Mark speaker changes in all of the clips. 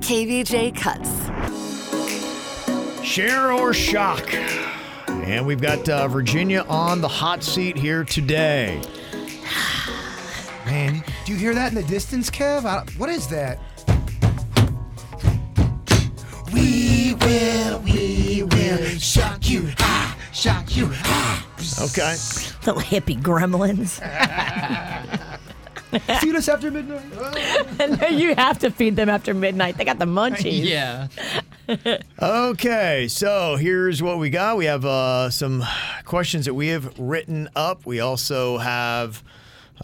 Speaker 1: KVJ cuts.
Speaker 2: Share or shock. And we've got uh, Virginia on the hot seat here today.
Speaker 3: Man, do you hear that in the distance, Kev? I, what is that? We will, we will shock you, ha, shock you, ha.
Speaker 2: Okay.
Speaker 4: Little hippie gremlins.
Speaker 3: Feed us after midnight.
Speaker 4: and then you have to feed them after midnight. They got the munchies.
Speaker 5: Yeah.
Speaker 2: Okay. So here's what we got. We have uh, some questions that we have written up. We also have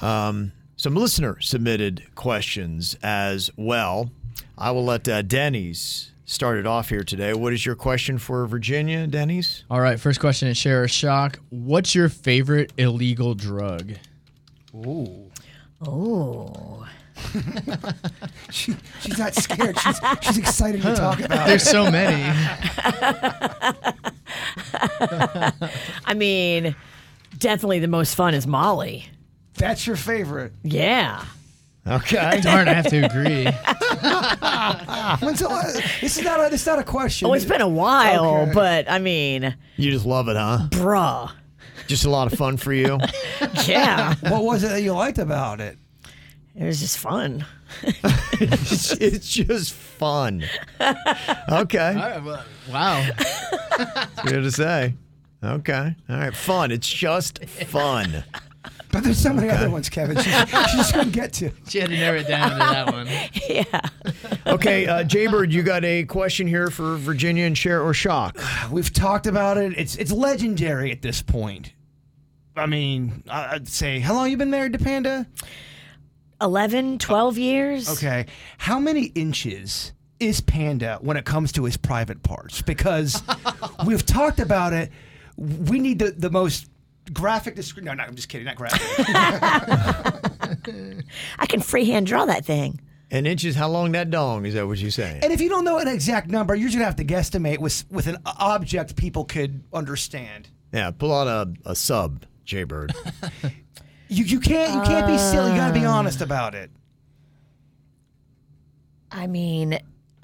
Speaker 2: um, some listener submitted questions as well. I will let uh, Denny's start it off here today. What is your question for Virginia, Denny's?
Speaker 5: All right. First question is share or shock. What's your favorite illegal drug?
Speaker 4: Oh.
Speaker 3: She, she's not scared. She's, she's excited to talk about it.
Speaker 5: There's so many.
Speaker 4: I mean, definitely the most fun is Molly.
Speaker 3: That's your favorite.
Speaker 4: Yeah.
Speaker 2: Okay.
Speaker 5: Darn, I have to agree.
Speaker 3: When's the la- this is not a, this is not a question.
Speaker 4: Oh, it's been a while,
Speaker 3: Okay.
Speaker 4: but I mean,
Speaker 2: You just love it, huh?
Speaker 4: bruh.
Speaker 2: Just a lot of fun for you.
Speaker 4: Yeah.
Speaker 3: What was it that you liked about it?
Speaker 4: it was just fun.
Speaker 2: it's, it's just fun. Okay.
Speaker 5: All right, well, wow.
Speaker 2: Here to say. Okay. All right. Fun. It's just fun.
Speaker 3: But there's so many other ones, Kevin. She, she just couldn't get to.
Speaker 5: She had to narrow it down to that one.
Speaker 4: Yeah.
Speaker 2: Okay, uh, Jaybird, you got a question here for Virginia and Share or Shock.
Speaker 3: We've talked about it. It's it's legendary at this point. I mean, I- I'd say how long you been married to Panda?
Speaker 4: 11, 12 years.
Speaker 3: Okay. How many inches is Panda when it comes to his private parts? Because we've talked about it. We need the, the most graphic description. No, no, I'm just kidding. Not graphic.
Speaker 4: I can freehand draw that thing.
Speaker 2: An inch is how long that dong? Is that what you're saying?
Speaker 3: and if you don't know an exact number, you're just going to have to guesstimate with, with an object people could understand.
Speaker 2: Yeah, pull out a, a sub, Jaybird.
Speaker 3: You, you can't you can't be silly. You got to be honest about it.
Speaker 4: I mean,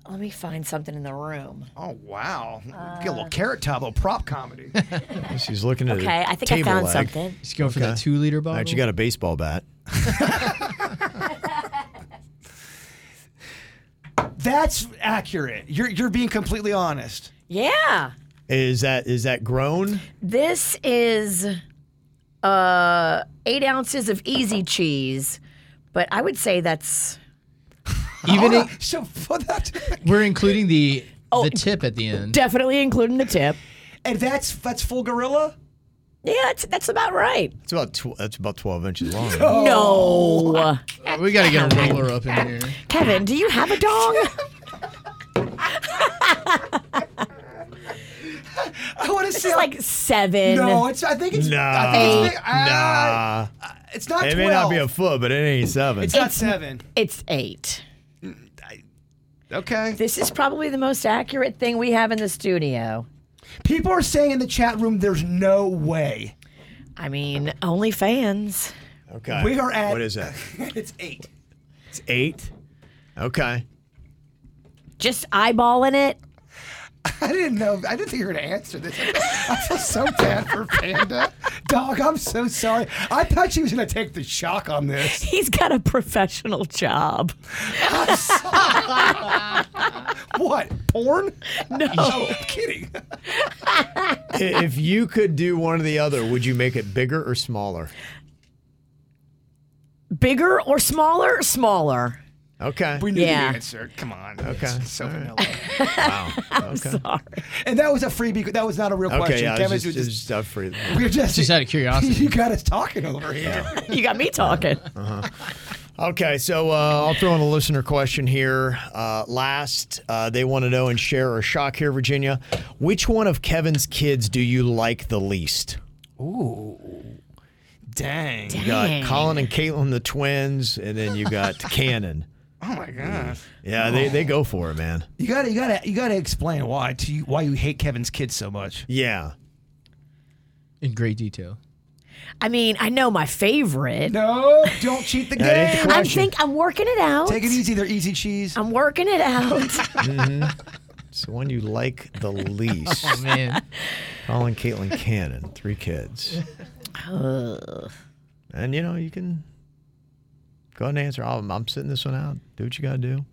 Speaker 4: let me find something in the room.
Speaker 3: Oh wow! Get a little carrot top, a little prop comedy.
Speaker 2: She's looking at
Speaker 4: Okay,
Speaker 2: a
Speaker 4: I think I
Speaker 2: table
Speaker 4: found
Speaker 2: leg.
Speaker 4: something.
Speaker 5: Just go for the two liter
Speaker 2: All
Speaker 5: bottle.
Speaker 2: right, you got a baseball bat.
Speaker 3: That's accurate. You're you're being completely honest.
Speaker 4: Yeah.
Speaker 2: Is that is that grown?
Speaker 4: This is uh eight ounces of easy cheese, but I would say that's
Speaker 5: Even
Speaker 3: Hold
Speaker 5: in-
Speaker 3: on. so for that,
Speaker 5: we're including the the tip at the end.
Speaker 4: definitely including the tip.
Speaker 3: and that's that's full gorilla.
Speaker 4: Yeah, that's that's about right.
Speaker 2: It's about tw- that's about twelve inches long.
Speaker 3: Oh.
Speaker 4: No.
Speaker 5: we got to get a roller up in here.
Speaker 4: Kevin, do you have a dog?
Speaker 3: I want to say
Speaker 4: It's like seven.
Speaker 3: no. It's I think it's
Speaker 2: No,
Speaker 3: I think it's, uh,
Speaker 5: Ah.
Speaker 2: nah.
Speaker 3: it's not.
Speaker 2: It
Speaker 3: 12.
Speaker 2: may not be a foot, but it ain't seven.
Speaker 3: It's not seven.
Speaker 4: It's eight.
Speaker 3: Okay.
Speaker 4: This is probably the most accurate thing we have in the studio.
Speaker 3: People are saying in the chat room, "There's no way."
Speaker 4: I mean, only fans.
Speaker 2: okay.
Speaker 3: We are at-
Speaker 2: What is that?
Speaker 3: it's eight.
Speaker 2: It's eight. Okay.
Speaker 4: Just eyeballing it.
Speaker 3: I didn't know. I didn't think you were going to answer this. I feel so bad for Panda. Dog, I'm so sorry. I thought she was going to take the shock on this.
Speaker 6: He's got a professional job.
Speaker 3: What? Porn?
Speaker 6: No.
Speaker 3: Oh, I'm kidding.
Speaker 2: I- if you could do one or the other, would you make it bigger or smaller?
Speaker 6: Bigger or smaller? Smaller.
Speaker 2: Okay.
Speaker 3: We knew
Speaker 6: Yeah.
Speaker 3: the answer. Come on. Okay. So vanilla.
Speaker 6: Sorry.
Speaker 3: And that was a freebie. That was not a real
Speaker 2: okay.
Speaker 3: question.
Speaker 2: Yeah,
Speaker 3: Kevin
Speaker 2: I was just,
Speaker 3: was
Speaker 2: just,
Speaker 3: just,
Speaker 2: uh, free-
Speaker 3: we were just,
Speaker 5: Just out of curiosity.
Speaker 3: You got us talking over here.
Speaker 6: You got me talking.
Speaker 2: Okay, so uh, I'll throw in a listener question here. Uh, last, uh, they want to know and share a shock here, Virginia. Which one of Kevin's kids do you like the least?
Speaker 3: Dang.
Speaker 2: You got Colin and Caitlin, the twins, and then you got Cannon.
Speaker 3: Oh my gosh.
Speaker 2: Yeah, they, they go for it, man.
Speaker 3: You gotta, you gotta, you gotta explain why to you, why you hate Kevin's kids so much.
Speaker 2: Yeah.
Speaker 5: in great detail.
Speaker 4: I mean, I know my favorite.
Speaker 3: No, don't cheat the
Speaker 2: That ain't
Speaker 3: game.
Speaker 2: the
Speaker 4: I
Speaker 2: question.
Speaker 4: think I'm working it out.
Speaker 3: Take it easy. They're easy cheese.
Speaker 4: I'm working it out.
Speaker 2: It's the one you like the least.
Speaker 5: Oh man,
Speaker 2: Colin, Caitlin, Cannon, three kids. and you know you can go ahead and answer. I'm, I'm sitting this one out. Do what you got to do.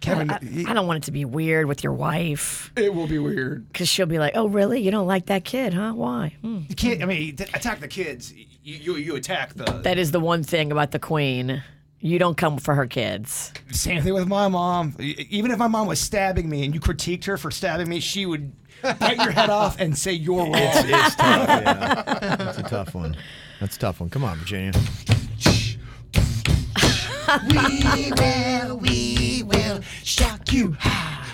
Speaker 3: Kevin,
Speaker 4: I don't want it to be weird with your wife
Speaker 3: it will be weird.
Speaker 4: because she'll be like, "Oh, really? You don't like that kid, huh? Why?" Hmm.
Speaker 3: You can't. I mean, th- attack the kids. You, you, you attack the.
Speaker 4: That is the one thing about the queen. You don't come for her kids.
Speaker 3: Same thing with my mom. E- Even if my mom was stabbing me and you critiqued her for stabbing me, she would bite your head off and say you're wrong.
Speaker 2: It's tough. yeah. That's a tough one. That's a tough one. Come on, Virginia.
Speaker 3: we will, we will shock you,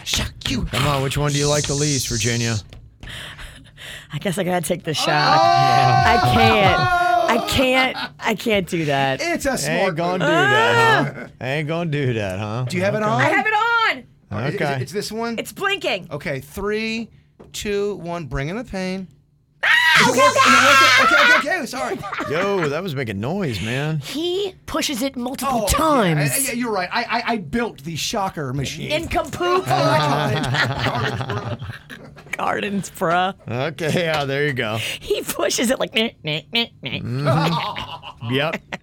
Speaker 3: shock you.
Speaker 2: Come on. Which one do you like the least, Virginia?
Speaker 4: I guess I gotta take the shock.
Speaker 3: Oh!
Speaker 4: I can't. I can't. I can't do that.
Speaker 3: It's a smart
Speaker 2: Ain't gonna
Speaker 3: gun.
Speaker 2: do that, huh? Ain't gonna do that, huh?
Speaker 3: Do you have it on?
Speaker 4: I have it on.
Speaker 3: Is- is-
Speaker 2: Okay.
Speaker 3: it's this one.
Speaker 4: It's blinking.
Speaker 3: okay, three, two, one. Bring in the pain. okay, okay, okay, okay, sorry.
Speaker 2: Yo, that was making noise, man.
Speaker 4: He pushes it multiple
Speaker 3: Oh,
Speaker 4: times.
Speaker 3: Yeah, yeah, you're right. I, I, I built the shocker machine. Uh,
Speaker 4: Income poop. Gardens, bruh.
Speaker 2: Okay. Yeah. There you go.
Speaker 4: He pushes it like. Meh, meh, meh, meh.
Speaker 2: Yep.